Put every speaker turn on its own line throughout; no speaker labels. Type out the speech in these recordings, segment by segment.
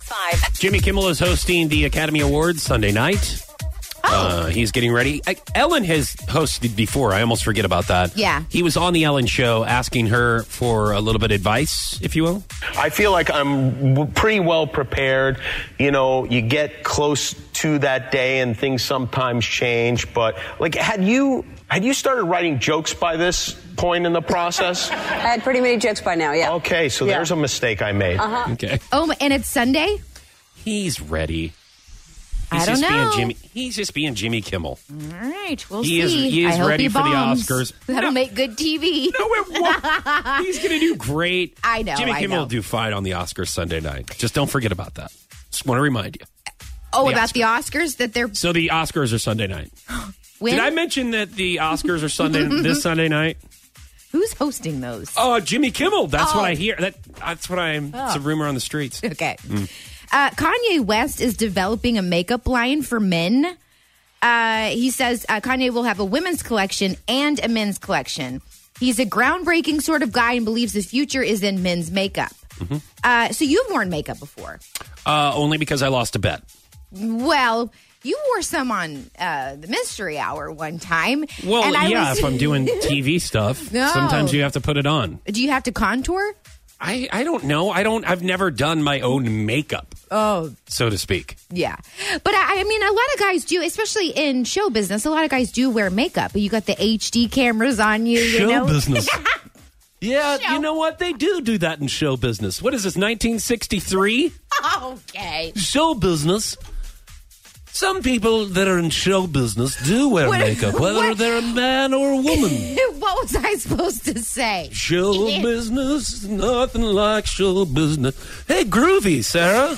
five.
Jimmy Kimmel is hosting the Academy Awards Sunday night.
Oh.
Uh, he's getting ready. I, Ellen has hosted before. I almost forget about that.
Yeah.
He was on the Ellen show asking her for a little bit of advice, if you will.
I feel like I'm w- pretty well prepared. You know, you get close to that day and things sometimes change. But like, had you had you started writing jokes by this point in the process?
I had pretty many jokes by now, yeah.
okay, so
Yeah.
there's a mistake I made.
Okay.
Oh, and it's Sunday?
He's ready.
I
He's
don't
just
know.
Being Jimmy, he's just being Jimmy Kimmel.
All right, we'll
He
see.
is- he is
I hope
ready
he
for the
bombs.
Oscars.
That'll make good TV.
No, it won't. He's going to do great.
I know,
Jimmy
I
Kimmel
know.
will do fine on the Oscars Sunday night. Just don't forget about that. Just want to remind you.
oh,
the
about the Oscars that they're
So the Oscars are Sunday night.
when?
Did I mention that the Oscars are Sunday this Sunday night?
Who's hosting those?
Oh, Jimmy Kimmel. That's what
Oh.
I hear. That that's what I'm. It's a rumor on the streets.
Okay.
Hmm.
Uh, Kanye West is developing a makeup line for men. Uh, he says uh, Kanye will have a women's collection and a men's collection. He's a groundbreaking sort of guy and believes the future is in men's makeup.
Mm-hmm.
Uh, so you've worn makeup before.
Uh, only because I lost a bet.
Well, you wore some on uh, the Mystery Hour one time.
Well,
and I
yeah.
was-
If I'm doing TV stuff,
No.
sometimes you have to put it on.
Do you have to contour?
I I don't know. I don't. I've never done my own makeup. Oh, so to speak.
Yeah. But I, I mean, a lot of guys do, especially in show business, a lot of guys do wear makeup. You got the HD cameras on you, you
show
know?
business. Yeah, you know what? They do do that in show business. What is this, 1963?
Okay.
Show business. Some people that are in show business do wear
What-
makeup, whether
what-
they're a man or a woman.
what was I supposed to say?
show business is nothing like show business. Hey, groovy, Sarah.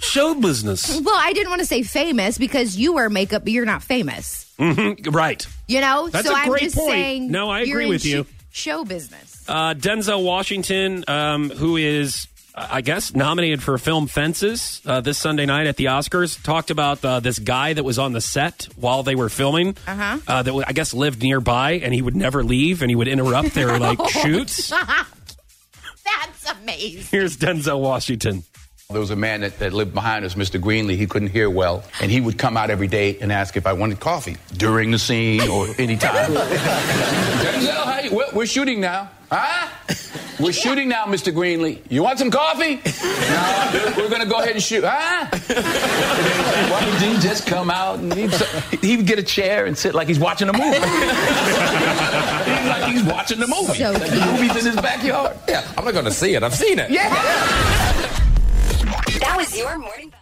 show business.
Well, I didn't want to say famous because you wear makeup, but you're not famous.
Mm-hmm. Right.
You know?
That's
so
a
i I'm
great
just
point.
saying.
No, I
you're
agree
in
with you.
Show business.
Uh, Denzel Washington, um, who is, I guess, nominated for film Fences uh, this Sunday night at the Oscars, talked about uh, this guy that was on the set while they were filming.
Uh-huh.
Uh, that I guess lived nearby, and he would never leave, and he would interrupt their like shoots.
That's amazing.
Here's Denzel Washington.
There was a man that, that lived behind us, Mr. Greenlee. He couldn't hear well, and he would come out every day and ask if I wanted coffee during the scene or any time. Denzel, how you- we're, we're shooting now, huh? We're shooting now, Mr. Greenlee. You want some coffee? no, we're going to go ahead and shoot, huh? Why didn't he just come out and he'd, he would get a chair and sit like he's watching a movie? He's like he's watching the movie.
So
Like the movie's in his backyard.
Yeah, I'm not going to see it. I've seen it.
Yeah.
That was your morning.